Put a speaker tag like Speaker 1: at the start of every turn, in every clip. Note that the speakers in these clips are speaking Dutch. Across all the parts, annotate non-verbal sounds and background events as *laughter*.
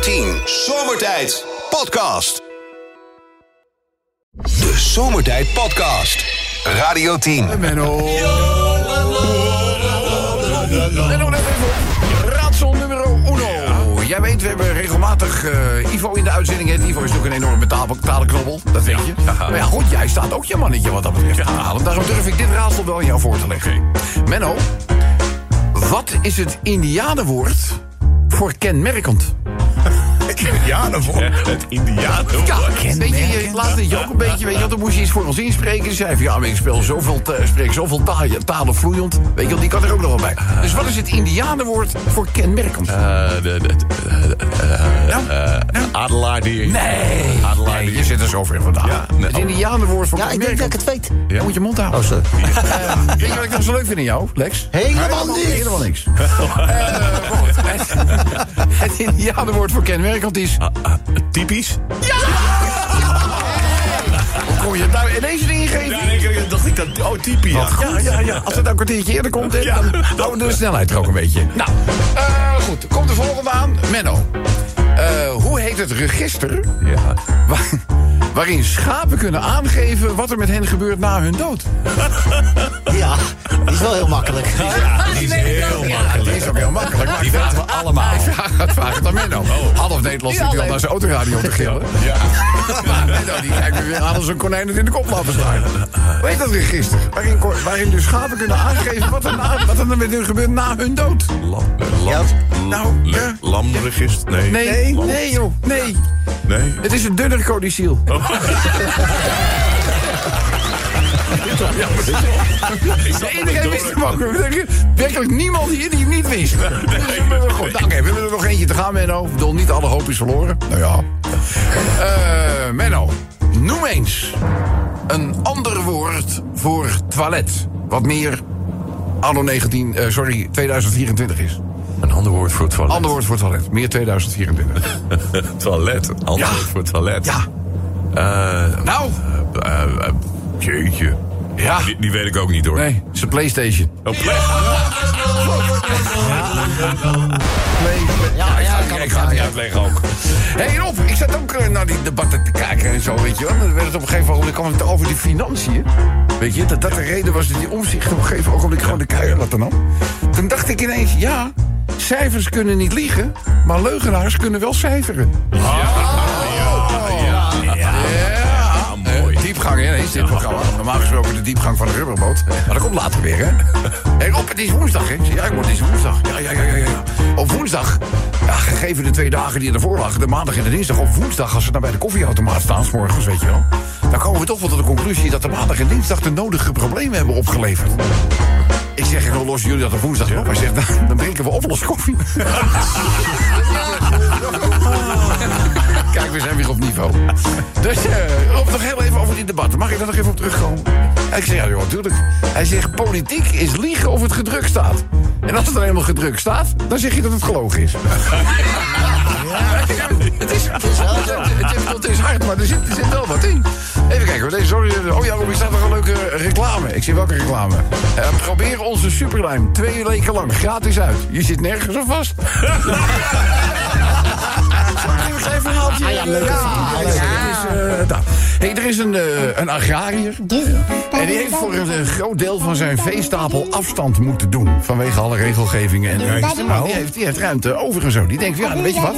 Speaker 1: 10. Zomertijd Podcast. De Zomertijd Podcast. Radio 10.
Speaker 2: Menno. Menno, let even op. Raadsel nummer uno. Jij weet, we hebben regelmatig eh, Ivo in de uitzending. hè. Ivo is natuurlijk een enorme taal- talenknobbel, dat weet je. Maar ja, goed, jij staat ook je mannetje wat dat betreft te halen. Daarom durf ik dit raadsel wel aan jou voor te leggen. Menno, wat is het Indianenwoord voor kenmerkend?
Speaker 3: Indianenvolk. Het Indianenvolk.
Speaker 2: Ja, weet je, je laatst deed je ook een beetje, weet je wat, dan moest je iets voor ons inspreken. Ze zei van, ja, maar ik speel zoveel, ta- spreek zoveel talen, talen vloeiend. Weet je wel, die kan er ook nog wel bij. Dus wat is het Indianenwoord voor kenmerkend?
Speaker 3: Eh, de- de- de- eh,
Speaker 2: Nou,
Speaker 3: eh, Adelaar die.
Speaker 2: nee,
Speaker 3: Adelaar
Speaker 2: nee,
Speaker 3: die-
Speaker 2: je zit er zo ver vandaan.
Speaker 3: Ja, nee,
Speaker 2: het
Speaker 3: oh.
Speaker 2: Indianenwoord voor
Speaker 4: Ja, ik denk dat
Speaker 2: kenmerkend.
Speaker 4: ik het weet.
Speaker 2: Dan moet je mond houden.
Speaker 4: sorry.
Speaker 2: Eh, Weet je wat ik nog zo leuk vind in jou, Lex?
Speaker 4: Helemaal niks.
Speaker 2: Helemaal niks. Eh, Robert, het- Het Indianenwoord voor kenmerkend is...
Speaker 3: Ah, Typisch.
Speaker 2: Hoe kom je daar ineens in geven?
Speaker 3: Ja, in één keer dacht ik dat. Oh, typisch. Ja.
Speaker 2: Ja, ja, ja. Als het nou een kwartiertje eerder komt, hè,
Speaker 3: Ja.
Speaker 2: dan houden we de snelheid er ook een beetje. Nou, eh, goed. Komt de volgende aan. Menno. Eh, hoe heet het register
Speaker 3: Ja.
Speaker 2: wa- waarin schapen kunnen aangeven wat er met hen gebeurt na hun dood?
Speaker 4: Ja, die is wel heel makkelijk.
Speaker 3: die is heel
Speaker 2: Dat
Speaker 3: makkelijk.
Speaker 2: is ook heel makkelijk. Maar
Speaker 3: Die
Speaker 2: ik vraag
Speaker 3: weten we
Speaker 2: *laughs*
Speaker 3: allemaal.
Speaker 2: het- vraag het aan Menno. Half Nederland zit hier al naar zijn autoradio te gillen.
Speaker 3: Ja.
Speaker 2: Maar Menno, die kijkt me weer aan als een konijn dat in de kop laat staan. Hoe heet dat register? Waarin, ko- waarin dus schapen kunnen aangeven wat er, na- wat er met hun gebeurt na hun dood.
Speaker 3: Lam. eh,
Speaker 4: Ja.
Speaker 3: Lam.
Speaker 2: Nou,
Speaker 3: le-
Speaker 2: ja.
Speaker 3: Lamregister. Nee.
Speaker 2: Nee, nee, joh. Nee.
Speaker 3: Nee.
Speaker 2: Het is een dunner codiciel.
Speaker 3: Ja, maar dit
Speaker 2: Iedereen wist hem ook. Er is Werkelijk niemand hier die hem niet wist. Dus we hebben er gewoon- nou, Oké, we hebben er nog eentje te gaan, Menno. Ik bedoel, niet alle hoop is verloren. Nou ja. Eh, Menno, noem eens een ander woord voor toilet. Wat meer anno 19, eh, sorry, 2024 is.
Speaker 3: Een ander woord voor toilet.
Speaker 2: Ander woord voor toilet. Meer 2024.
Speaker 3: *laughs* toilet. Een ander
Speaker 2: Ja.
Speaker 3: woord voor toilet.
Speaker 2: Ja.
Speaker 3: Eh,
Speaker 2: Nou.
Speaker 3: eh, eh, jeetje.
Speaker 2: Ja.
Speaker 3: Die, die weet ik ook niet hoor.
Speaker 2: Nee, het is een Playstation.
Speaker 3: Op plek.
Speaker 4: Ja, ja, kan
Speaker 2: Ik
Speaker 4: ook.
Speaker 2: ga het niet uit.
Speaker 3: Uitleg ook.
Speaker 2: Hé hey Rob, ik zat ook eh, naar die debatten te kijken en zo, weet je wel. En dan werd het op een gegeven moment kwam het over die financiën. Weet je, dat dat de reden was dat die omzicht op een gegeven ogenblik gewoon de keihard laten nam. Toen dacht ik ineens, ja, cijfers kunnen niet liegen, maar leugenaars kunnen wel cijferen. Ja, mooi. Diepgang hè, is dit programma. Normaal gesproken de diepgang van de rubberboot. Maar dat komt later weer, hè? Hé Rob, het is woensdag, hè? Ik zeg, Ja, ik word het is woensdag. Ja, ja, ja, ja, ja. Op woensdag, ja, gegeven de twee dagen die ervoor lagen, de maandag en de dinsdag, op woensdag, als ze dan bij de koffieautomaat staan, 's morgens, weet je wel, dan komen we toch wel tot de conclusie dat de maandag en dinsdag de nodige problemen hebben opgeleverd. Ik zeg, dan lossen jullie dat op woensdag op. Hij zegt, *laughs* nou, dan drinken we oploskoffie. Kijk, we zijn weer op niveau. Dus eh Rob, nog heel even over die debatten. Mag ik daar nog even op terugkomen? En ik zeg, ja joh, natuurlijk. Hij zegt, politiek is liegen of het gedrukt staat. En als het er helemaal gedrukt staat, dan zeg je dat het gelogen is. Het is, het, is, het, is, het is hard, maar er zit, er zit wel wat in. Even kijken, hoor. Deze, sorry, oh ja, Rob, hier staat nog een leuke reclame. Ik zie welke reclame. Eh, probeer onze superlijm twee weken lang gratis uit. Je zit nergens op vast. Een klein verhaaltje.
Speaker 4: Ah ja, leuk.
Speaker 2: Ja,
Speaker 4: Leuk.
Speaker 2: het is, eh, nou. Hey, er is een, eh, een agrariër. En die heeft voor een eh, groot deel van zijn veestapel afstand moeten doen. Vanwege alle regelgevingen. En
Speaker 5: Kijk,
Speaker 2: Maar die, heeft, die heeft ruimte over en zo. Die denkt, ja, weet je wat?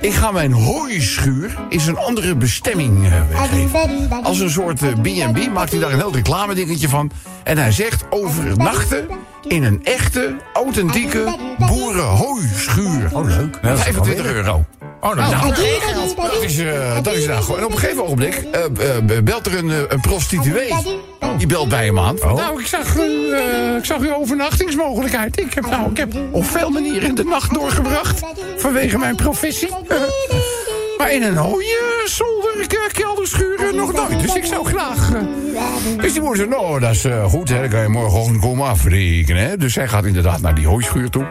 Speaker 2: Ik ga mijn hooischuur eens een andere bestemming eh, weggeven. Als een soort eh, B&B maakt hij daar een heel reclame-dingetje van. En hij zegt overnachten in een echte, authentieke boerenhooischuur. Oh, leuk. 25 euro. Oh, nou, nou, dat is, eh, dat is nou gewoon. En op een gegeven ogenblik eh, eh, belt er een, eh, een prostituee. Die belt bij hem aan. Nou, ik zag, uw, eh, ik zag uw overnachtingsmogelijkheid. Ik heb, nou, ik heb op veel manieren de nacht doorgebracht. Vanwege mijn professie. Eh, maar in een hooie zolder, eh, kelderschuur, eh, nog nooit. Dus ik zou graag... eh, dus die moeder zei, nou, dat is eh, goed, hè. Dan kan je morgen komen afrekenen, hè. Dus zij gaat inderdaad naar die hooischuur toe.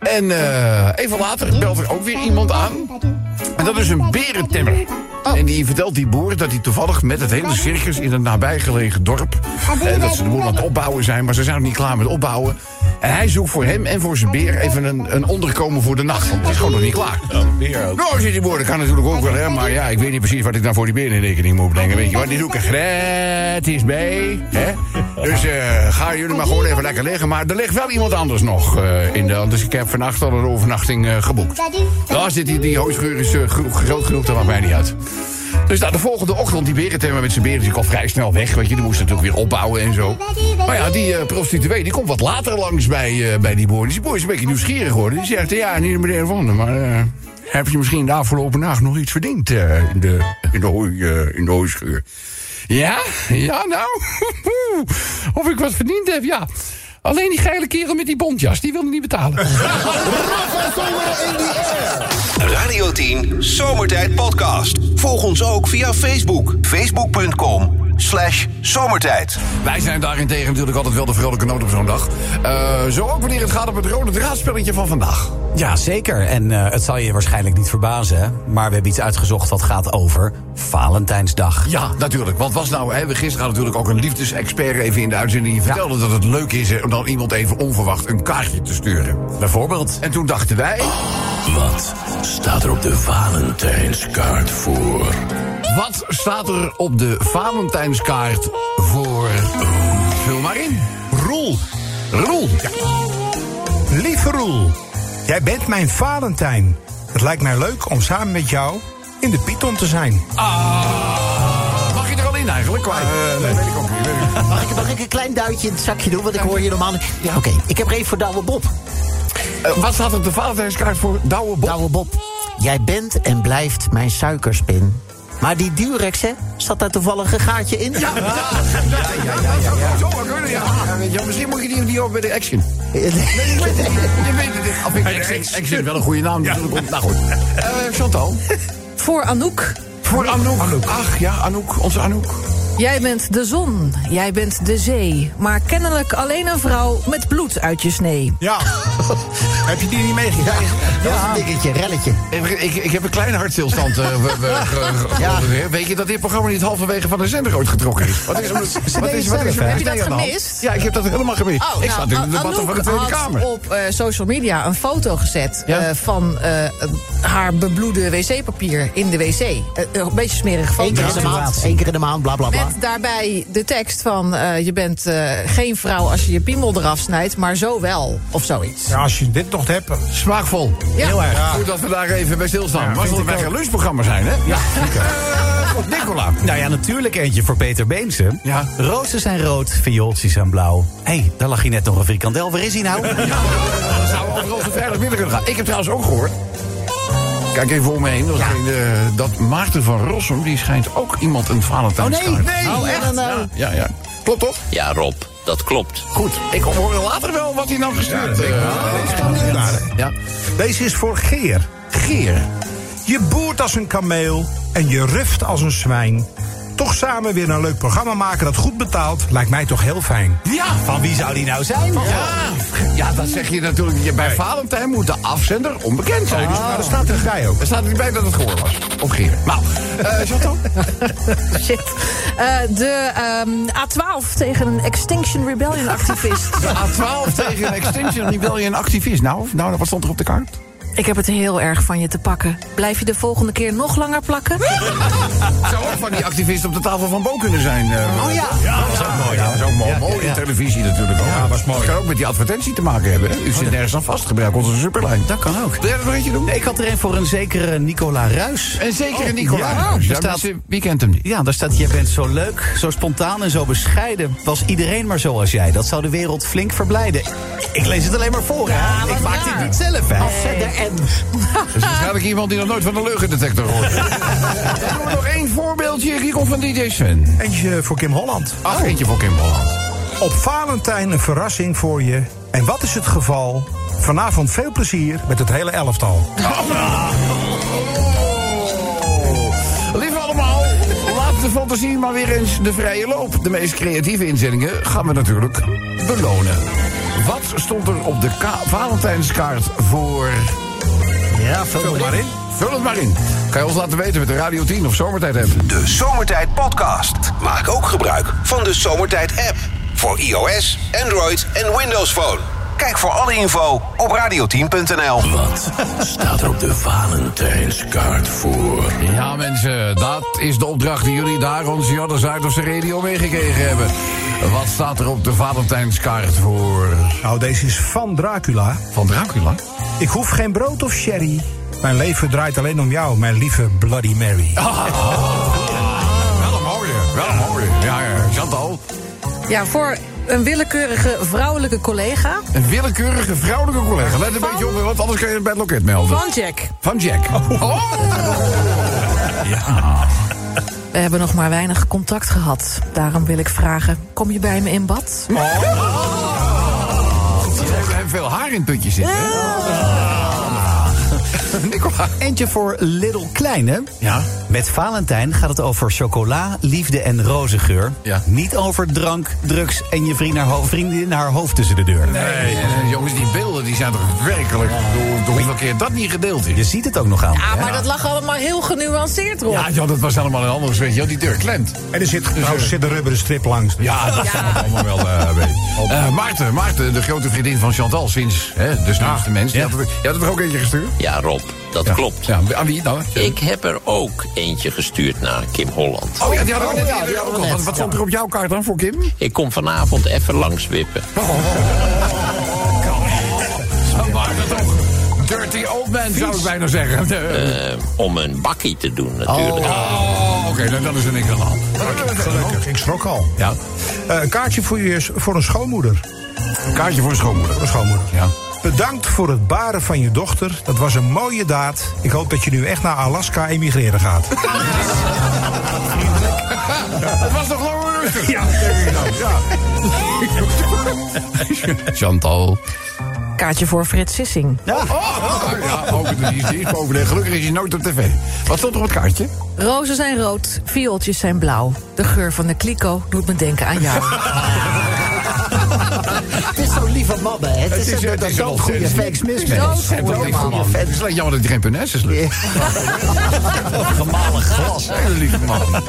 Speaker 2: En eh, even later belt er ook weer iemand aan. En dat is een berentemmer. En die vertelt die boer dat hij toevallig met het hele circus in een nabijgelegen dorp. En dat ze de boel aan het opbouwen zijn, maar ze zijn nog niet klaar met opbouwen. En hij zoekt voor hem en voor zijn beer even een, een onderkomen voor de nacht. Want het is gewoon nog niet klaar.
Speaker 3: Weer ook.
Speaker 2: Nou, zit die boer, dat kan natuurlijk ook wel, hè. Maar ja, ik weet niet precies wat ik nou voor die beer in rekening moet brengen. Weet je wat, die doe ik er gratis bij. Hè? Dus eh gaan jullie maar gewoon even lekker liggen. Maar er ligt wel iemand anders nog eh, in de hand. Dus ik heb vannacht al een overnachting eh, geboekt. Nou, als dit die, die hooischuur is eh, gro- groot genoeg, dan maakt mij niet uit. Dus nou, de volgende ochtend, die berentemmer met zijn beren die kwam vrij snel weg. Want je, die moest natuurlijk weer opbouwen en zo. Maar ja, die eh, prostituee die komt wat later langs bij, eh, bij die boer. Die boer is een beetje nieuwsgierig geworden. Die zegt, ja, niet meneer Van der, maar eh, heb je misschien de afgelopen nacht nog iets verdiend eh, in, de, in, de hooi, eh, in de hooischuur? Ja, ja nou. *laughs* of ik wat verdiend heb, ja. Alleen die geile kerel met die bontjas, die wilde niet betalen.
Speaker 1: Radio 10 Zomertijd Podcast. Volg ons ook via Facebook. Facebook.com slash zomertijd.
Speaker 2: Wij zijn daarentegen natuurlijk altijd wel de vrolijke noot op zo'n dag. Eh, zo ook wanneer het gaat om het rode draadspelletje van vandaag.
Speaker 4: Ja, zeker. En eh, het zal je waarschijnlijk niet verbazen. hè? Maar we hebben iets uitgezocht dat gaat over Valentijnsdag.
Speaker 2: Ja, natuurlijk. Want was nou, hè, we gisteren hadden natuurlijk ook een liefdesexpert even in de uitzending. Die vertelde dat het leuk is hè, om dan iemand even onverwacht een kaartje te sturen.
Speaker 4: Bijvoorbeeld.
Speaker 2: En toen dachten wij,
Speaker 5: Wat staat er op de Valentijnskaart voor?
Speaker 2: wat staat er op de Valentijnskaart voor... Vul maar in.
Speaker 6: Roel,
Speaker 2: Roel.
Speaker 6: lieve Roel. Jij bent mijn Valentijn. Het lijkt mij leuk om samen met jou in de Python te zijn.
Speaker 2: Mag je er al in eigenlijk? Kwijt. Eh, nee, weet ik ook niet. weet ik *laughs* niet.
Speaker 4: Mag ik, mag ik een klein duitje in het zakje doen? Want ik hoor hier normaal niet. Oké, ik heb er even voor Douwe Bob.
Speaker 2: Eh, wat staat er op de Valentijnskaart voor Douwe Bob?
Speaker 4: Douwe Bob, jij bent en blijft mijn suikerspin. Maar die Durex, hè, zat daar toevallig een gaatje in? *laughs* Ja.
Speaker 2: Zo, maar kunnen, ja. Ja, weet je wel, misschien moet je die, die ook bij de Action. Je weet het niet. Of ik- Action, Action is wel een goede naam natuurlijk. om- Nou goed. Eh, Chantal.
Speaker 7: Voor Anouk.
Speaker 2: Voor Anouk. Ach ja, Anouk. Onze Anouk.
Speaker 7: Jij bent de zon, jij bent de zee. Maar kennelijk alleen een vrouw met bloed uit je snee.
Speaker 6: Ja. *laughs* Heb je die niet meegekregen?
Speaker 4: Dat was een dingetje, relletje.
Speaker 2: Ik, ik, ik heb een klein hartstilstand. eh, we- we- ge- ge-
Speaker 4: Ja.
Speaker 2: ge- Weet je dat dit programma niet halverwege van de zender uitgetrokken is? Wat is er- wat is- wat is
Speaker 6: zelf, hè?
Speaker 7: Heb je dat
Speaker 2: aan de hand?
Speaker 7: gemist?
Speaker 2: Ja, ik heb dat helemaal gemist. ik zat in de
Speaker 7: An-
Speaker 2: debatten van de Tweede
Speaker 7: Oh, nou, had
Speaker 2: Kamer.
Speaker 7: op eh, social media een foto gezet
Speaker 2: Ja.
Speaker 7: eh, van eh, haar bebloede wc-papier in de wc. Eh, een beetje smerig
Speaker 4: Eén
Speaker 7: foto.
Speaker 4: keer in de maand, één keer in de maand, bla bla bla.
Speaker 7: Met daarbij de tekst van eh, je bent eh, geen vrouw als je je piemel eraf snijdt, maar zo wel. Of zoiets.
Speaker 6: Ja, als je dit nog hebt.
Speaker 2: Smaakvol.
Speaker 7: Ja.
Speaker 6: Heel erg.
Speaker 2: Goed dat we daar even bij stilstaan.
Speaker 6: Ja,
Speaker 2: maar
Speaker 6: vind
Speaker 2: zullen
Speaker 6: ik
Speaker 2: wij
Speaker 6: ook.
Speaker 2: geen lunchprogramma zijn, hè? Ja, Eh, Nicola.
Speaker 8: Nou ja, natuurlijk eentje voor Peter Beense.
Speaker 2: Ja.
Speaker 8: Rozen zijn rood, viooltjes zijn blauw. Hé, hey, daar lag je net nog een frikandel. Waar is hij
Speaker 4: *laughs*
Speaker 8: nou?
Speaker 2: Dan zouden we overal zo veilig binnen kunnen gaan. Ik heb trouwens ook gehoord. Kijk even om me heen. Dat, geen, eh, dat Maarten van Rossum, die schijnt ook iemand een Valentijnskaart.
Speaker 4: Oh, echt?
Speaker 2: Ja, Nou, ja, ja. Klopt toch?
Speaker 5: Ja, Rob, dat klopt.
Speaker 2: Goed. Ik hoor later wel wat hij nou gestuurd heeft. Ja,
Speaker 6: Deze is voor Geer.
Speaker 2: Geer.
Speaker 6: Je boert als een kameel en je ruft als een zwijn. Toch samen weer een leuk programma maken dat goed betaalt, lijkt mij toch heel fijn.
Speaker 2: Ja.
Speaker 8: Van wie zou die nou zijn?
Speaker 2: Ja. ja, dat zeg je natuurlijk. niet. Bij Valentijn moet de afzender onbekend zijn. Dus, nou,
Speaker 6: Nou,
Speaker 2: er
Speaker 6: dat
Speaker 2: staat-
Speaker 6: staat erbij ook.
Speaker 2: er staat niet bij dat het gehoor was. Of Geer. Nou, eh Chantal?
Speaker 7: Shit. Eh, de ehm, A12 tegen een Extinction Rebellion activist. *laughs*
Speaker 2: A12 tegen Extinction Rebellion activist. Nou, nou, wat stond er op de kaart?
Speaker 7: Ik heb het heel erg van je te pakken. Blijf je de volgende keer nog langer plakken?
Speaker 2: zou ook van die activisten op de tafel van Bo kunnen zijn. eh.
Speaker 4: Oh ja.
Speaker 2: dat is ook mooi. Ja, dat is ook mooi. Mooie televisie natuurlijk ook. Ja, was mooi. Dat kan ook met die advertentie te maken hebben. hè. U zit nergens aan vast. Gebruik onze superlijn.
Speaker 8: Dat kan ook.
Speaker 2: Wil jij er nog eentje doen? Oh,
Speaker 8: Nee, ik had er een voor een zekere Nicola Ruis.
Speaker 2: En zeker in Nicola.
Speaker 8: ja.
Speaker 2: Daar
Speaker 8: Er staat-
Speaker 2: mensen- Wie kent hem niet?
Speaker 8: Ja, daar staat, jij bent zo leuk, zo spontaan en zo bescheiden. Was iedereen maar zoals jij. Dat zou de wereld flink verblijden. Ik lees het alleen maar voor, hè? Ik maak dit niet zelf, hè?
Speaker 4: Verder en.
Speaker 2: Dat is Dus waarschijnlijk iemand die nog nooit van de leugendetector *laughs* hoort. Dan doen we nog één voorbeeldje. Hier komt van DJ Sven.
Speaker 6: Eentje voor Kim Holland.
Speaker 2: Ach, eentje voor Kim Holland.
Speaker 6: Op Valentijn een verrassing voor je. En wat is het geval? Vanavond veel plezier met het hele elftal.
Speaker 2: Lief allemaal, laat de fantasie maar weer eens de vrije loop. De meest creatieve inzendingen gaan we natuurlijk belonen. Wat stond er op de ka- Valentijnskaart voor...
Speaker 4: Ja, veel
Speaker 2: Vul maar in. Vul het maar in. Kan je ons laten weten met de Radio 10 of Zomertijd app.
Speaker 1: De Zomertijd Podcast. Maak ook gebruik van de Zomertijd app. Voor iOS, Android en Windows Phone. Kijk voor alle info op radio10.nl.
Speaker 5: Wat staat er op de Valentijnskaart voor?
Speaker 2: Ja, mensen, dat is de opdracht die jullie daar ons Jadde Zuiderse radio meegekregen hebben. Wat staat er op de Valentijnskaart voor?
Speaker 6: Nou, deze is van Dracula.
Speaker 2: Van Dracula?
Speaker 6: Ik hoef geen brood of sherry. Mijn leven draait alleen om jou, mijn lieve Bloody Mary.
Speaker 2: Ah, Wel een mooie, wel een mooie. Ja, ja, Chantal.
Speaker 7: Ja, voor een willekeurige vrouwelijke collega
Speaker 2: Een willekeurige vrouwelijke collega. Let een beetje op, want anders kan je het bij het loket melden.
Speaker 7: van Jack.
Speaker 2: Van Jack. Oh.
Speaker 7: We hebben nog maar weinig contact gehad. Daarom wil ik vragen, kom je bij me in bad?
Speaker 2: Ze hebben hem veel haar in het putje zitten. hè? *laughs* Nicola.
Speaker 8: Eentje voor Little Kleine.
Speaker 2: Ja.
Speaker 8: Met Valentijn gaat het over chocola, liefde en rozengeur.
Speaker 2: Ja.
Speaker 8: Niet over drank, drugs en je vriend haar ho- vriendin haar hoofd tussen de deur.
Speaker 2: Nee, eh, jongens, die beelden die zijn toch werkelijk... Door, door hoeveel keer dat niet gedeeld is.
Speaker 8: Je ziet het ook nog aan.
Speaker 7: Ah, maar dat lag allemaal heel genuanceerd, Rob.
Speaker 2: Ja, joh, dat was allemaal een ander weet je wel. Die deur klemt.
Speaker 6: En er zit, trouwens zit een rubberen strip langs. dus-
Speaker 2: Ja, dat is allemaal wel eh, weet je. Eh, Maarten, Maarten, de grote vriendin van Chantal sinds hè, de snelste mens. Die had er- je had het er ook eentje gestuurd?
Speaker 9: Ja, Rob, dat klopt.
Speaker 2: Ja, aan wie dan?
Speaker 9: Ik heb er ook eentje gestuurd naar Kim Holland.
Speaker 2: Oh ja, die hadden we net. die hadden we ook al. Wat, wat stond er op jouw kaart dan voor Kim? Oh,
Speaker 9: Ik kom vanavond even langswippen.
Speaker 2: Zo Maarten toch. Dirty old man, zou ik bijna zeggen.
Speaker 9: eh, om een bakkie te doen, natuurlijk.
Speaker 2: Oh, oké, dan, dan is er niks aan de hand.
Speaker 6: Gelukkig, ik schrok al.
Speaker 2: Ja,
Speaker 6: Eh, een kaartje voor, je, voor een schoonmoeder.
Speaker 2: een kaartje voor een schoonmoeder.
Speaker 6: Voor een schoonmoeder.
Speaker 2: Ja.
Speaker 6: Bedankt voor het baren van je dochter. Dat was een mooie daad. Ik hoop dat je nu echt naar Alaska emigreren
Speaker 2: *laughs*
Speaker 6: gaat.
Speaker 2: Het was nog langer rustig. Ja,
Speaker 9: *laughs*
Speaker 2: ja. Chantal.
Speaker 7: Kaartje voor Frits Sissing.
Speaker 2: Oh, ja, ook de- die is- die is boven de- Gelukkig is hij nooit op tv. Wat stond er op het kaartje?
Speaker 7: Rozen zijn rood, viooltjes zijn blauw. De geur van de kliko doet me denken aan jou.
Speaker 4: Het is zo'n lieve mabbe. hè. Het is
Speaker 2: is-
Speaker 4: een
Speaker 2: het is
Speaker 4: zo'n
Speaker 2: een
Speaker 4: goede
Speaker 2: ontzettend-
Speaker 4: facts mis
Speaker 7: Zo
Speaker 2: Oh,
Speaker 7: goed.
Speaker 4: Zo'n
Speaker 2: Dat is
Speaker 4: goede
Speaker 2: man. Het is alleen jammer dat hij geen punes is. Luc. *laughs*
Speaker 8: gemalen glas.
Speaker 2: Hele lieve man.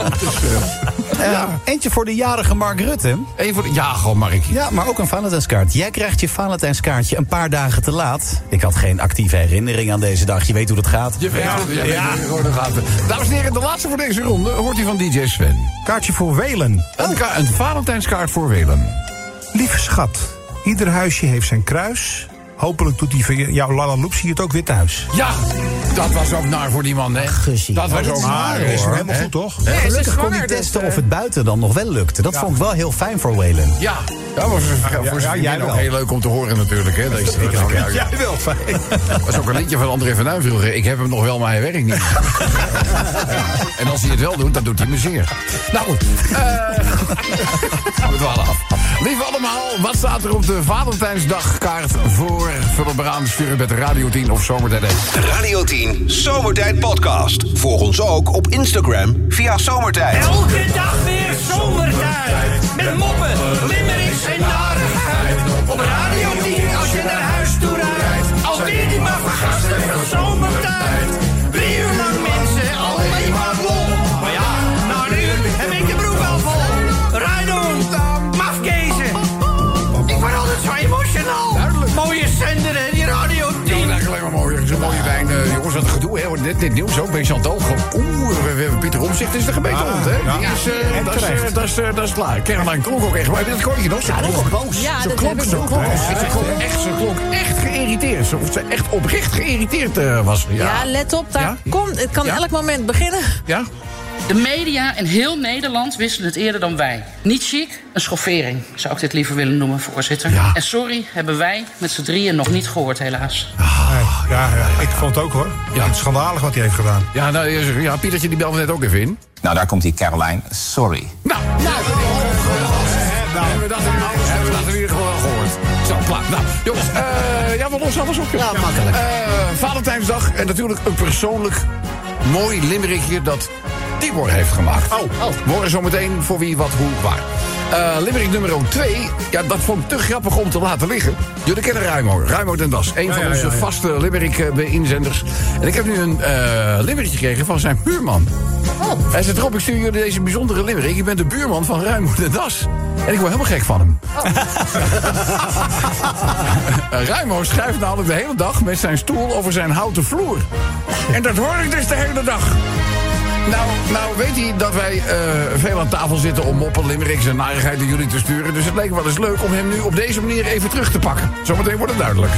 Speaker 8: Eh, Eentje voor de jarige Mark Rutte.
Speaker 2: Eén voor de... Ja, gewoon Mark.
Speaker 8: Ja, maar ook een Valentijnskaart. Jij krijgt je Valentijnskaartje een paar dagen te laat. Ik had geen actieve herinnering aan deze dag. Je weet hoe dat gaat.
Speaker 2: Je weet het, je weet het, gewoon de gaten. Dames en heren, de laatste voor deze ronde hoort u van DJ Sven.
Speaker 6: Kaartje voor Welen.
Speaker 2: Een, ka- een Valentijnskaart voor Welen.
Speaker 6: Lieve schat, ieder huisje heeft zijn kruis. Hopelijk doet die van jouw Lalaloopsie het ook weer thuis.
Speaker 2: Ja, dat was ook naar voor die man, hè?
Speaker 4: guzzie.
Speaker 2: Dat was ook naar,
Speaker 6: is
Speaker 2: hoor.
Speaker 6: helemaal
Speaker 2: hè?
Speaker 6: goed, toch?
Speaker 2: Hè?
Speaker 8: Gelukkig kon
Speaker 10: dus,
Speaker 7: dus,
Speaker 8: hij testen
Speaker 10: eh,
Speaker 8: of het buiten dan nog wel lukte. Dat vond ik wel heel fijn voor Whalen.
Speaker 2: Ja, dat was voor voor zijn
Speaker 6: jij
Speaker 2: vriendin ook
Speaker 6: wel.
Speaker 2: heel leuk om te horen natuurlijk. Hè? Dat is
Speaker 6: *laughs*
Speaker 2: ja, ja.
Speaker 6: wel fijn.
Speaker 2: Dat was ook een liedje van André van Duin vroeger. Ik heb hem nog wel, maar hij werkt niet. en als hij het wel doet, dan doet hij me zeer. Nou goed, eh, we dwalen af. Lieve allemaal, wat staat er op de Valentijnsdagkaart voor? Vul het maar aan, stuur het met de Radio 10 of Zomertijd.
Speaker 1: Radio 10 Zomertijd Podcast. Volg ons ook op Instagram via Zomertijd.
Speaker 10: Elke dag weer zomertijd. Met moppen, limmerings en narigheid. Op Radio 10 als je naar huis toe rijdt. Alweer die maar vergasten van zomertijd. Drie uur lang mensen, alleen maar lol. Maar ja, na een uur heb ik de broek al vol. Rijdon, eh, mafkezen. Ik word altijd zo emotional. Mooie zender hè, die Radio 10.
Speaker 2: Eigenlijk alleen maar mooi. Zo'n mooie wijn. eh, jongens, wat gedoe. Hè? Net, net nieuws ook bij Chantal. Gewoon, Oeh, we- we- Pieter Omzicht is de gemeentehond. hè? Die is, eh, dat, is, eh, dat, is, eh, dat is klaar. Kernlijn klonk ook echt. Maar heb je dat koordje nog? Ze klonk ook boos.
Speaker 7: Ja,
Speaker 2: ze
Speaker 7: dat
Speaker 2: klonk,
Speaker 7: heb ik
Speaker 2: ze
Speaker 7: ook
Speaker 2: klonk,
Speaker 7: gehoord.
Speaker 2: ze klonk echt, ze klonk echt geïrriteerd. Ze- Of ze echt oprecht geïrriteerd eh, was. Ja.
Speaker 7: Ja, let op, daar
Speaker 2: Ja?
Speaker 7: komt, het kan
Speaker 2: Ja?
Speaker 7: elk moment beginnen.
Speaker 2: Ja?
Speaker 11: De media en heel Nederland wisten het eerder dan wij. Niet chic, een schoffering, zou ik dit liever willen noemen, voorzitter.
Speaker 2: Ja.
Speaker 11: En sorry, hebben wij met z'n drieën nog niet gehoord, helaas.
Speaker 6: ja, ja, ik vond het ook hoor.
Speaker 2: Ja.
Speaker 6: Het is Schandalig wat hij heeft gedaan.
Speaker 2: Ja, nou, eerst- ja, Pietertje, die belde net ook even in.
Speaker 9: Nou, daar komt die Caroline. Sorry.
Speaker 2: Nou, nou, hebben we dat in- hebben we dat in ieder geval wel gehoord. Zo, klaar. Nou, jongens, eh, ja, we lossen alles op. joh.
Speaker 4: Ja, makkelijk.
Speaker 2: Eh, Valentijnsdag en natuurlijk een persoonlijk
Speaker 6: oh.
Speaker 2: mooi limerickje dat Tibor heeft gemaakt. Oh, Morgen zometeen voor wie, wat, hoe, waar. Eh Limerick nummer 2. Ja, dat vond ik te grappig om te laten liggen. Jullie kennen Ruimo. Ruimo Den Das. Een
Speaker 6: Ja,
Speaker 2: van
Speaker 6: ja,
Speaker 2: onze
Speaker 6: ja, ja.
Speaker 2: vaste Limerick-inzenders. En ik heb nu een eh limmertje gekregen van zijn buurman.
Speaker 6: Oh.
Speaker 2: Hij zegt, Rob, ik stuur jullie deze bijzondere Limerick. Ik ben de buurman van Ruimo Den Das. En ik word helemaal gek van hem. Eh, *laughs* Ruimo schuift namelijk de hele dag met zijn stoel over zijn houten vloer. En dat hoor ik dus de hele dag. Nou, nou weet hij dat wij eh, veel aan tafel zitten om moppen, limericks en narigheid naar jullie te sturen. Dus het leek wel eens leuk om hem nu op deze manier even terug te pakken. Zometeen wordt het duidelijk.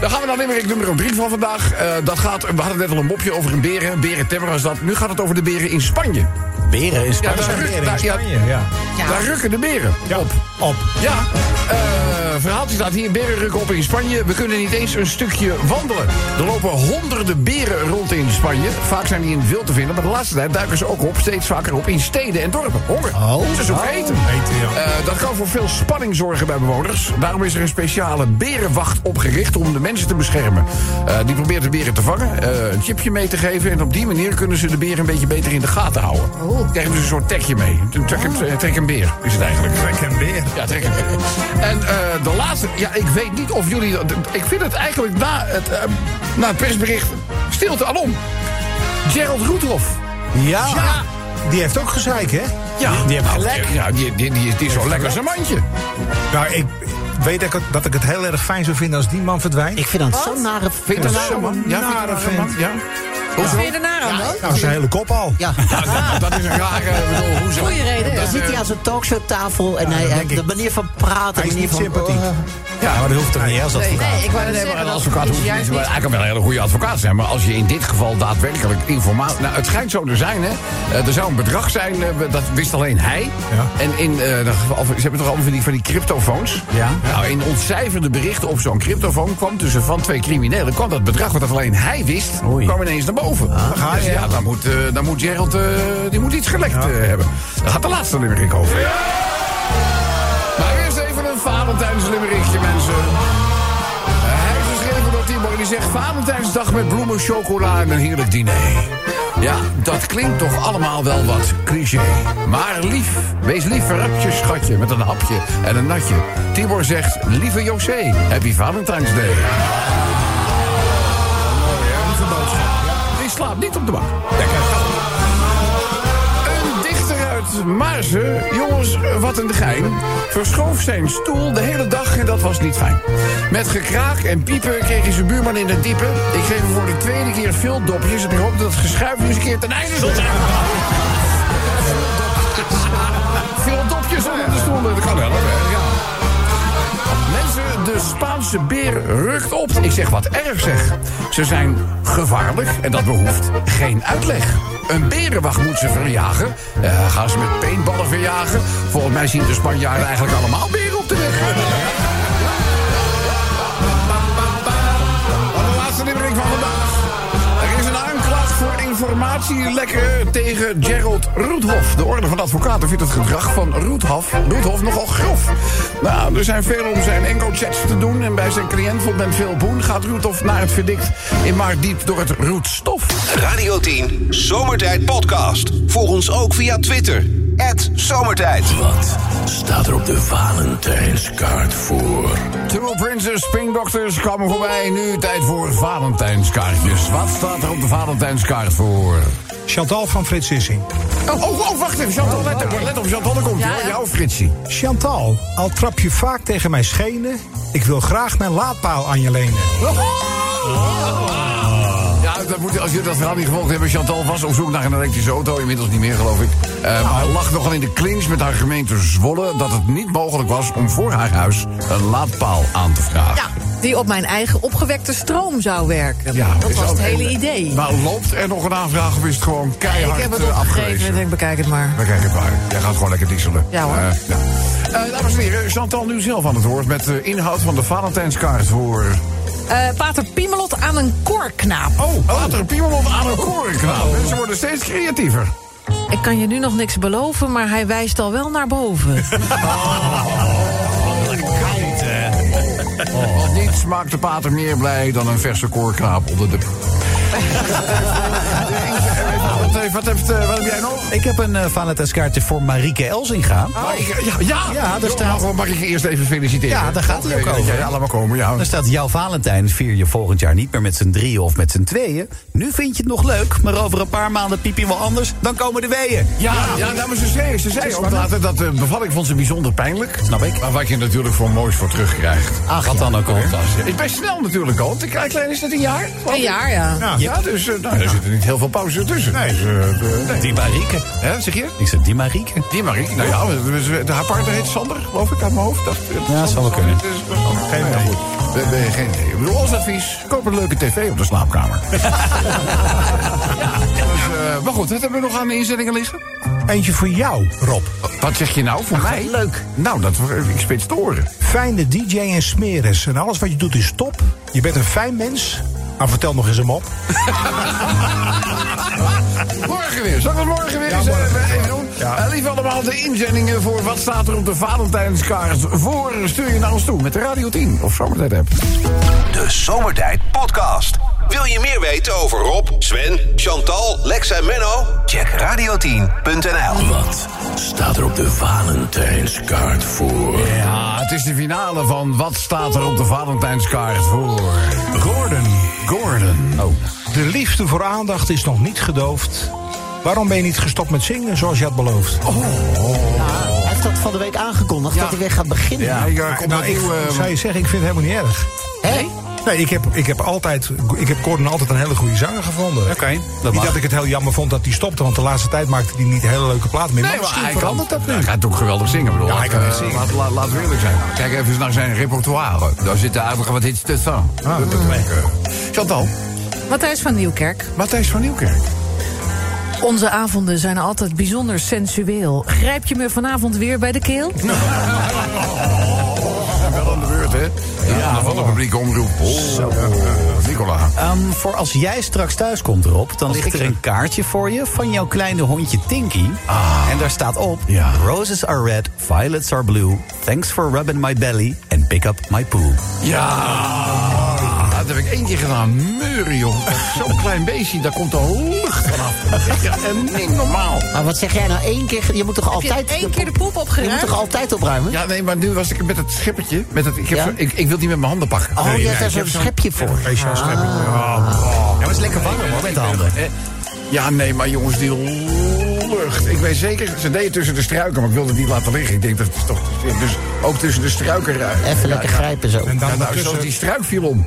Speaker 2: Dan gaan we naar limerick nummer 3 van vandaag. Eh, dat gaat, we hadden net al een mopje over een beren. Een berentemmer was dat. Nu gaat het over de beren in Spanje.
Speaker 8: Beren
Speaker 2: Ja,
Speaker 8: in Spanje?
Speaker 2: daar, ruk- daar- ja, daar rukken de beren op. Op. Ja. eh, verhaaltje staat hier. Beren rukken op in Spanje. We kunnen niet eens een stukje wandelen. Er lopen honderden beren rond in Spanje. Vaak zijn die in het wild te vinden. Maar de laatste tijd duiken ze ook op. Steeds vaker op in steden en dorpen. Honger.
Speaker 8: Oh,
Speaker 2: Oh. ze zoeken eten. Eh, dat kan voor veel spanning zorgen bij bewoners. Daarom is er een speciale berenwacht opgericht om de mensen te beschermen. Eh, die probeert de beren te vangen, eh, een chipje mee te geven. En op die manier kunnen ze de beren een beetje beter in de gaten houden. Krijgen ze een soort tekje mee. Een Trek een, eh, trek een beer is het eigenlijk. Trek een beer. Ja, trek een beer. En eh, de laatste, ja, ik weet niet of jullie. dat- Ik vind het eigenlijk na het, eh, na het persbericht stilte alom. Gerald Roethoff.
Speaker 6: Ja. Die heeft ook gezeik, hè?
Speaker 2: Ja,
Speaker 6: die heeft
Speaker 2: Nou,
Speaker 6: gelijk.
Speaker 2: Ja, die, die, die, die is zo lekker als een mandje.
Speaker 6: Nou, ik weet dat ik, het, dat ik het heel erg fijn zou vinden als die man verdwijnt.
Speaker 4: Ik vind dat zo'n nare
Speaker 2: Vind je dat zo'n man? Ja, vind je dat
Speaker 6: nare
Speaker 2: zo'n man?
Speaker 6: vent.
Speaker 2: Ja.
Speaker 7: Wat vind je daarna aan dan?
Speaker 6: Nou, zijn hele kop al.
Speaker 4: Ja,
Speaker 2: Ja, Ah, dat is een rare. ik bedoel, hoezo?
Speaker 7: Goeie reden, ja.
Speaker 4: dan zit hij aan zijn talkshowtafel en hij,
Speaker 6: Eh, dat
Speaker 4: hij-
Speaker 6: denk ik.
Speaker 4: de manier van praten...
Speaker 6: Hij is
Speaker 4: de manier
Speaker 6: niet
Speaker 4: van,
Speaker 6: sympathiek.
Speaker 4: oh,
Speaker 6: Ja, maar dat hoeft toch niet als advocaat.
Speaker 7: Nee, ik wou net
Speaker 2: Nee,
Speaker 7: zeggen,
Speaker 2: maar een
Speaker 7: dat
Speaker 2: advocaat
Speaker 7: is
Speaker 2: hoeft niet.
Speaker 7: juist
Speaker 2: maar Hij kan wel een hele goede advocaat zijn. Maar als je in dit geval daadwerkelijk informatie. Nou, het schijnt zo te zijn, hè? Eh, Er zou een bedrag zijn, eh, we- dat wist alleen hij.
Speaker 6: Ja.
Speaker 2: En in eh, dat geval, ze hebben toch allemaal van die, van die cryptofoons.
Speaker 8: Ja.
Speaker 2: Nou, in ontcijferde berichten op zo'n cryptofoon kwam tussen van twee criminelen. kwam dat bedrag wat alleen hij wist,
Speaker 8: Oei.
Speaker 2: kwam ineens naar boven.
Speaker 6: ga je,
Speaker 2: Dus ja,
Speaker 6: ja.
Speaker 2: dan moet, eh, dan moet Gerald eh, die moet iets gelekt eh, hebben. Daar gaat de laatste nummer over. Maar eerst even een Valentijnslimmerichtje, mensen. Eh, Hij is geschreven door Timo en die zegt... Valentijnsdag met bloemen, chocola en een heerlijk diner. Ja, dat klinkt toch allemaal wel wat cliché. Maar lief, wees lief voor rapjes, schatje, met een hapje en een natje. Tibor zegt, lieve José, happy Valentine's Day. Die slaapt niet op de bank. Een dichter uit Maarsen, jongens, eh, wat een gein, verschoof zijn stoel de hele dag en dat was niet fijn. Met gekraak en piepen kreeg hij zijn buurman in het diepe. Ik geef hem voor de tweede keer veel dopjes en ik hoop dat het geschuif nu eens een keer ten einde zal zijn. Veel dopjes onder de stoel, dat kan wel, hè? Ja. Mensen, de Spaanse beer rukt op. Ik zeg wat erg zeg. Ze zijn gevaarlijk en dat behoeft geen uitleg. Een berenwacht moet ze verjagen. Eh, gaan ze met peenballen verjagen? Volgens mij zien de Spanjaarden eigenlijk allemaal beren op de weg. De laatste limmering van vandaag. Er is een aanklacht voor informatielekken tegen Gerald Roethoff. De Orde van de Advocaten vindt het gedrag van Roethoff, Roethoff nogal grof. Nou, er zijn veel om zijn engo-chats te doen... en bij zijn cliënt van Ben Veel Boen gaat Roethoff naar het verdikt... in Maardiep door het roetstof.
Speaker 1: Radio 10, Zomertijd Podcast. Volg ons ook via Twitter. Zomertijd.
Speaker 5: Wat staat er op de Valentijnskaart voor?
Speaker 2: True Princess, Spring Doctors kwamen voorbij. Nu tijd voor Valentijnskaartjes. Wat staat er op de Valentijnskaart voor?
Speaker 6: Chantal van Frits Sissing.
Speaker 2: Oh, oh, oh, wacht even, Chantal, let op, let op, Chantal, daar komt hij, hoor. Jouw Fritsie.
Speaker 6: Chantal, al trap je vaak tegen mijn schenen... ik wil graag mijn laadpaal aan je lenen.
Speaker 2: Ja, dat moet, als jullie dat verhaal niet gevolgd hebben, Chantal was op zoek naar een elektrische auto. Inmiddels niet meer, geloof ik. Eh, Maar lag nogal in de clinch met haar gemeente Zwolle... dat het niet mogelijk was om voor haar huis een laadpaal aan te vragen.
Speaker 7: Ja, die op mijn eigen opgewekte stroom zou werken.
Speaker 2: Ja,
Speaker 7: dat
Speaker 2: is
Speaker 7: was het
Speaker 2: ook-
Speaker 7: hele idee.
Speaker 2: Maar loopt er nog een aanvraag of is het gewoon keihard
Speaker 7: ik heb het
Speaker 2: eh,
Speaker 7: opgegeven
Speaker 2: afgewezen?
Speaker 7: en denk, bekijk het maar.
Speaker 2: Dan krijg je het waar. Jij gaat gewoon lekker dieselen.
Speaker 7: Ja, hoor.
Speaker 2: Eh, ja. Eh, dames en heren, Chantal nu zelf aan het woord... met de inhoud van de Valentijnskaart voor...
Speaker 7: Eh, Pater Piemelot aan een koorknaap.
Speaker 2: Oh, later Piemelmond aan een korenknaap. Mensen worden steeds creatiever.
Speaker 7: Ik kan je nu nog niks beloven, maar hij wijst al wel naar *laughs* boven.
Speaker 2: Oh, Want niets maakt de pater meer blij dan een verse koorknaap onder de... Wat heeft, wat, heeft, eh, wat heb jij nog?
Speaker 8: Ik heb een eh Valentijnskaartje voor Marieke Elzinga.
Speaker 2: Marieke- ja, ja,
Speaker 8: ja, daar
Speaker 2: Joh, nou,
Speaker 8: staat...
Speaker 2: gewoon mag ik je eerst even feliciteren?
Speaker 8: Ja, daar gaat hij
Speaker 2: Oké,
Speaker 8: ook
Speaker 2: dat
Speaker 8: over.
Speaker 2: jij allemaal komen, ja.
Speaker 8: Dan staat jouw Valentijn vier je volgend jaar niet meer met z'n drieën of met z'n tweeën. Nu vind je het nog leuk, maar over een paar maanden piep je wel anders. Dan komen de weeën.
Speaker 2: Ja, ja, nou, maar ze zei, ze zei ook later dat eh, de bevalling vond ze bijzonder pijnlijk.
Speaker 8: Snap ik. Ah,
Speaker 2: Maar wat je natuurlijk voor moois voor terugkrijgt.
Speaker 8: Ach, wat dan ook alweer.
Speaker 2: Fantastisch. Is best snel natuurlijk al. want Klein klein is dat een jaar?
Speaker 7: Een jaar, Oh, ja.
Speaker 2: Ja, ja dus eh, nou, er zitten niet heel veel pauzes tussen. Nee. Dus, eh, de- nee.
Speaker 8: Die Marieke.
Speaker 2: Hè, zeg je?
Speaker 8: Ik zeg die Marieke.
Speaker 2: Die Marieke. Nou ja, we- we- we- haar partner heet Sander, geloof ik, uit mijn hoofd. Dat,
Speaker 8: Ja,
Speaker 2: dat
Speaker 8: zou wel kunnen.
Speaker 2: Geen idee. goed. We hebben geen idee. Ik bedoel, ons advies, koop een leuke tv op de *laughs* slaapkamer. ja. Dus, eh, maar goed, wat hebben we nog aan de inzettingen liggen?
Speaker 6: Eentje voor jou, Rob.
Speaker 2: Wat zeg je nou voor mij?
Speaker 6: leuk.
Speaker 2: Nou, dat, ik spits te horen.
Speaker 6: Fijne DJ en smeres. En alles wat je doet is top. Je bent een fijn mens. Maar vertel nog eens hem op.
Speaker 2: Morgen weer. Zal ik dat morgen weer
Speaker 6: Ja,
Speaker 2: eens eh,
Speaker 6: morgen.
Speaker 2: even doen?
Speaker 6: Ja.
Speaker 2: Eh, lief allemaal, de inzendingen voor wat staat er op de Valentijnskaart voor... stuur je naar ons toe met de Radio 10 of Zomertijd app.
Speaker 1: De Zomertijd Podcast. Wil je meer weten over Rob, Sven, Chantal, Lex en Menno? Check radio10.nl.
Speaker 5: Wat staat er op de Valentijnskaart voor?
Speaker 2: Ja, het is de finale van Wat staat er op de Valentijnskaart voor?
Speaker 6: Gordon.
Speaker 2: Gordon. Oh.
Speaker 6: De liefde voor aandacht is nog niet gedoofd. Waarom ben je niet gestopt met zingen zoals je had beloofd?
Speaker 2: Oh,
Speaker 4: Hij heeft dat van de week aangekondigd dat hij weer gaat beginnen.
Speaker 2: Ja, ik eh, kom
Speaker 6: nou, ik
Speaker 2: opnieuw, eh,
Speaker 6: zou je zeggen, ik vind het helemaal niet erg.
Speaker 4: Hé?
Speaker 6: Nee, ik heb, ik heb altijd, ik heb Gordon altijd een hele goede zanger gevonden.
Speaker 8: Oké, dat
Speaker 6: niet
Speaker 8: mag.
Speaker 6: dat ik het heel jammer vond dat hij stopte, want de laatste tijd maakte hij niet hele leuke plaat meer.
Speaker 2: Nee, maar
Speaker 6: misschien
Speaker 2: hij kan,
Speaker 6: verandert dat nu.
Speaker 2: hij gaat ook geweldig zingen, bedoel.
Speaker 6: Ja, hij kan
Speaker 2: Eh,
Speaker 6: echt zingen.
Speaker 2: Laat, laat, laten we eerlijk zijn. Kijk even eens naar zijn repertoire. Daar zitten eigenlijk wat hits tussen.
Speaker 6: Ah, dat is lekker.
Speaker 2: Chantal,
Speaker 7: Matthijs van Nieuwkerk.
Speaker 2: Matthijs van Nieuwkerk.
Speaker 7: Onze avonden zijn altijd bijzonder sensueel. Grijp je me vanavond weer bij de keel?
Speaker 2: *laughs* Wel aan de beurt, hè? Ja, van de publieke omroep. Zo. Eh, Nicola.
Speaker 8: Ehm, voor als jij straks thuis komt, Rob, dan ligt er een kaartje voor je van jouw kleine hondje Tinky. En daar staat op:
Speaker 2: Ah. Ja.
Speaker 8: Roses are red, violets are blue. Thanks for rubbing my belly and pick up my poo.
Speaker 2: Ja. Dat heb ik één keer gedaan. Meurie, joh. Zo'n klein beestje, daar komt al lucht vanaf. Echt, En niet normaal.
Speaker 4: Maar wat zeg jij nou één keer? ge- Je moet toch
Speaker 7: Heb
Speaker 4: altijd...
Speaker 7: je één keer de poep
Speaker 4: Je moet
Speaker 7: opgeruimd?
Speaker 4: toch altijd opruimen?
Speaker 2: Ja, nee, maar nu was ik met het schippertje. Met het, ik, heb
Speaker 4: Ja?
Speaker 2: zo- ik, ik wil het niet met mijn handen pakken.
Speaker 4: Oh,
Speaker 2: Nee,
Speaker 4: je
Speaker 2: nee,
Speaker 4: hebt daar
Speaker 2: ik
Speaker 4: zo'n
Speaker 2: heb
Speaker 4: schepje voor. Ah.
Speaker 6: Speciaal stemming.
Speaker 8: Ja, maar is lekker warm hoor, met de handen.
Speaker 2: Eh, Ja, nee, maar jongens, die lucht. Ik weet zeker, ze deden tussen de struiken, maar ik wilde het niet laten liggen. Ik denk dat is toch. Dus ook tussen de struiken ruiken.
Speaker 4: Even lekker grijpen zo.
Speaker 6: En dan
Speaker 2: Ja, nou,
Speaker 6: daartussen-
Speaker 2: zelfs die struik viel *laughs* om.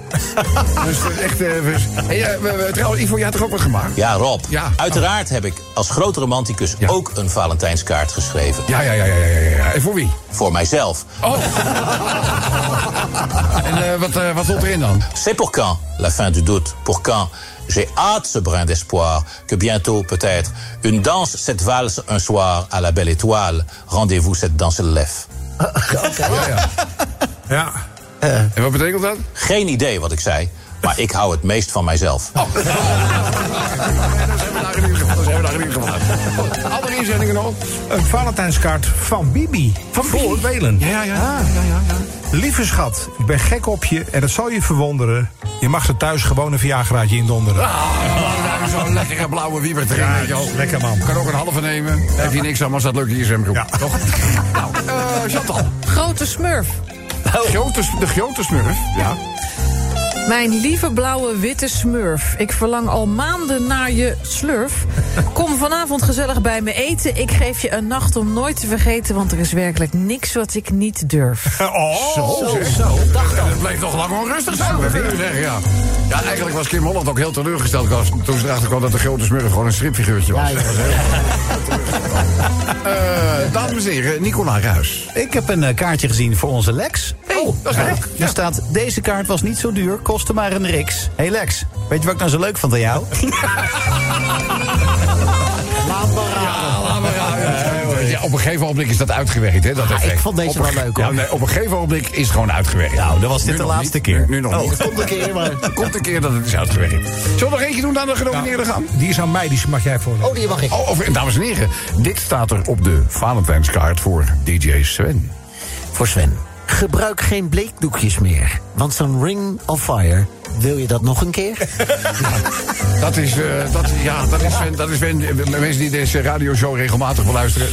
Speaker 2: dus dat is echt. eh, dus- Hey, eh, we- we- trouwens, Ivo, jij had toch ook wat gemaakt?
Speaker 12: Ja, Rob.
Speaker 2: Ja.
Speaker 12: Uiteraard heb ik als grote romanticus ook een Valentijnskaart geschreven.
Speaker 2: Ja, ja, ja, ja, ja, ja. ja. En voor wie?
Speaker 12: Voor mijzelf.
Speaker 2: Oh! *laughs* en eh, wat, eh, wat stond erin dan?
Speaker 12: C'est pour quand Ah, la fin du doute Pour quand J'ai hâte ce brin d'espoir que bientôt, peut-être, une danse, cette valse un soir à la belle étoile. Rendez-vous cette danse lève.
Speaker 6: Ja.
Speaker 2: En wat betekent dat?
Speaker 12: Geen idee wat ik zei, maar ik hou het meest van mijzelf.
Speaker 2: Dan zijn we daar in ieder geval. Dan zijn we daar in ieder geval. *laughs* Goed, Andere inzendingen nog?
Speaker 6: Een Valentijnskaart van Bibi. Van Voor Welen.
Speaker 2: Ja,
Speaker 6: Ah.
Speaker 2: ja, ja. ja, ja, ja.
Speaker 6: Lieve schat, ik ben gek op je en dat zal je verwonderen. Je mag ze thuis gewoon een Viagraatje
Speaker 2: *laughs*
Speaker 6: indonderen.
Speaker 2: Ah, daar is zo'n lekkere blauwe wiebert erin. weet je wel.
Speaker 6: lekker man.
Speaker 2: Kan ook een halve nemen. Heb je niks aan, maar staat leuk hier zijn groep.
Speaker 6: Ja.
Speaker 2: *laughs* Toch? nou, eh, Chantal.
Speaker 7: Grote smurf.
Speaker 2: Grote, de grote smurf. Ja.
Speaker 7: Mijn lieve blauwe witte smurf. Ik verlang al maanden naar je slurf. Kom vanavond gezellig bij me eten. Ik geef je een nacht om nooit te vergeten, want er is werkelijk niks wat ik niet durf.
Speaker 6: Oh,
Speaker 2: zo, dacht dat. Het bleef toch lang onrustig zijn, we kunnen zeggen, ja. Ja, eigenlijk was Kim Holland ook heel teleurgesteld was, toen ze erachter kwam dat de grote smurf gewoon een stripfiguurtje was. Dat was heel- Eh, dames en heren, Nicola Ruis.
Speaker 8: Ik heb een eh, kaartje gezien voor onze Lex.
Speaker 2: Oh, dat is leuk.
Speaker 8: Daar staat, deze kaart was niet zo duur, kostte maar een riks. Hé hey Lex, weet je wat ik nou zo leuk vond aan jou?
Speaker 2: Eh, ja, op een gegeven ogenblik is dat uitgewerkt, hè, dat effect.
Speaker 4: ik vond deze
Speaker 2: Op een
Speaker 4: wel
Speaker 2: ge-
Speaker 4: leuk, hoor.
Speaker 2: Ja, nee, op een gegeven ogenblik is het gewoon uitgewerkt.
Speaker 8: Nou, dan was dit
Speaker 2: Nu
Speaker 8: de
Speaker 2: nog
Speaker 8: laatste
Speaker 2: niet.
Speaker 8: keer.
Speaker 2: Nu, nu nog
Speaker 8: Oh.
Speaker 2: niet. Komt een keer, maar. Komt een keer dat het is uitgewerkt. Zullen we nog eentje doen aan de genomineerde gaan?
Speaker 6: Die is aan mij, die mag jij voorlezen.
Speaker 4: Oh, die mag ik.
Speaker 2: Oh, of, dames en heren, dit staat er op de Valentijnskaart voor DJ Sven.
Speaker 4: Voor Sven. Gebruik geen bleekdoekjes meer. Want zo'n ring of fire, wil je dat nog een keer?
Speaker 2: Dat is, eh, dat, ja, dat is, Sven- dat is Sven. Mensen die deze radioshow regelmatig beluisteren.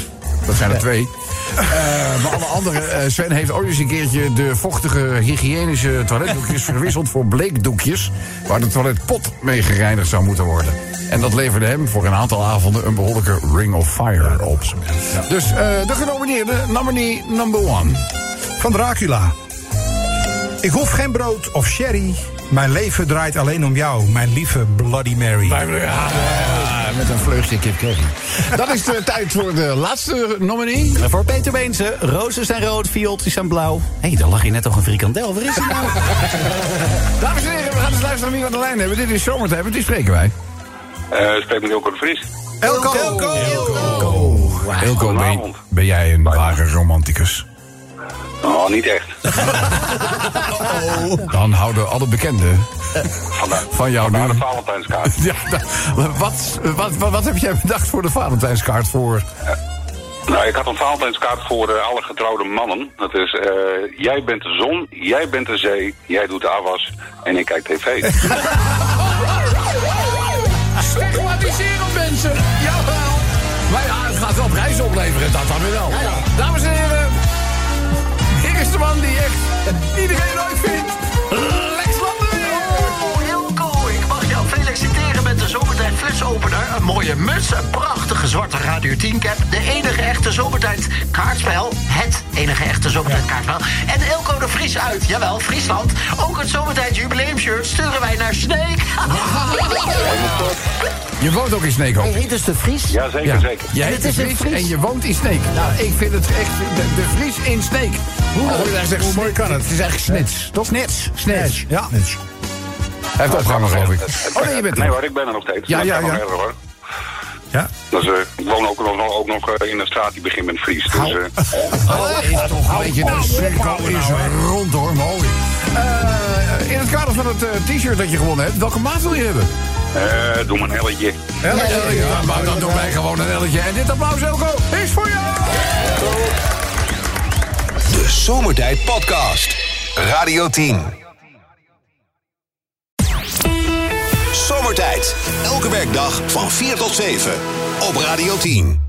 Speaker 2: Dat zijn er twee. Eh, maar alle andere. eh, Sven heeft ooit eens een keertje de vochtige hygiënische toiletdoekjes verwisseld voor bleekdoekjes. Waar de toiletpot mee gereinigd zou moeten worden. En dat leverde hem voor een aantal avonden een behoorlijke ring of fire op. Dus eh, de genomineerde, nominee number one. Oh.
Speaker 6: Van Dracula. Ik hoef geen brood of sherry. Mijn leven draait alleen om jou, mijn lieve Bloody Mary.
Speaker 2: Ah, met een vleugje kip Dat is de tijd voor de laatste nominee.
Speaker 8: En voor Peter Beense, rozen zijn rood, viooltjes zijn blauw. Hé, daar lag je net toch een frikandel. Waar is hij nou?
Speaker 2: Dames en heren, we gaan eens luisteren wie we aan de lijn hebben. Dit is zomertijd, want die spreken wij.
Speaker 13: Eh spreek met Elko de Vries.
Speaker 2: Elko! Elko! Oh, Elko, ben, ben jij een ware romanticus?
Speaker 13: Oh, niet echt.
Speaker 2: Dan houden alle bekenden van jou nu... *laughs* een
Speaker 13: Valentijnskaart.
Speaker 2: Ja, da- wat, wat, wat, wat heb jij bedacht voor de Valentijnskaart *laughs* voor?
Speaker 13: Nou, ik had een Valentijnskaart voor eh, alle getrouwde mannen. Dat is, eh, jij bent de zon, jij bent de zee, jij doet de afwas en ik kijk tv.
Speaker 2: Stigmatiserend mensen! Jawel! Maar ja, het gaat wel prijzen opleveren, dat dan weer wel. Dames en heren, hier is de man die echt iedereen leuk vindt. Lex
Speaker 14: Elko, ik mag jou feliciteren met de Zomertijd flesopener. Een mooie muts, een prachtige zwarte Radio 10 cap. De enige echte Zomertijd kaartspel. Het enige echte Zomertijd kaartspel. En Elko de Vries uit, jawel, Friesland. Ook het Zomertijd jubileumshirt sturen wij naar Sneek.
Speaker 2: Je woont ook in Sneek, hoop ik.
Speaker 4: Hij heet dus de Vries?
Speaker 13: Ja, zeker, zeker.
Speaker 2: Je
Speaker 4: En
Speaker 2: heet
Speaker 4: het
Speaker 2: de
Speaker 4: is een
Speaker 2: Vries,
Speaker 4: Fries.
Speaker 2: en je woont in Sneek. Nou, ik vind het echt de, de Vries in Sneek. Oh, Hoe, mooi kan het? Het is echt snits, toch? Snits. Snits. Ja. Hij heeft opgehangen, geloof ik. Oh, nee, je bent er.
Speaker 13: Nee hoor, ik ben er nog steeds.
Speaker 2: Ja,
Speaker 13: Ik
Speaker 2: ja,
Speaker 13: ben er
Speaker 2: ja.
Speaker 13: nog erg, hoor. Dus, eh, ik woon ook nog, ook nog eh, in een straat die begint met Fries. Dus, eh,
Speaker 2: Oh, is toch, weet je, de cirkel is rond nou, hoor, mooi. Eh, in het kader van het eh, t-shirt dat je gewonnen hebt, welke maat wil je hebben?
Speaker 13: eh, doe maar een helletje.
Speaker 2: Elletje, ja, maar dan doen wij gewoon een elletje. En dit applaus, Elko, is voor jou!
Speaker 1: De Zomertijd Podcast. Radio 10. Zomertijd. Elke werkdag van 4 tot 7. Op Radio 10.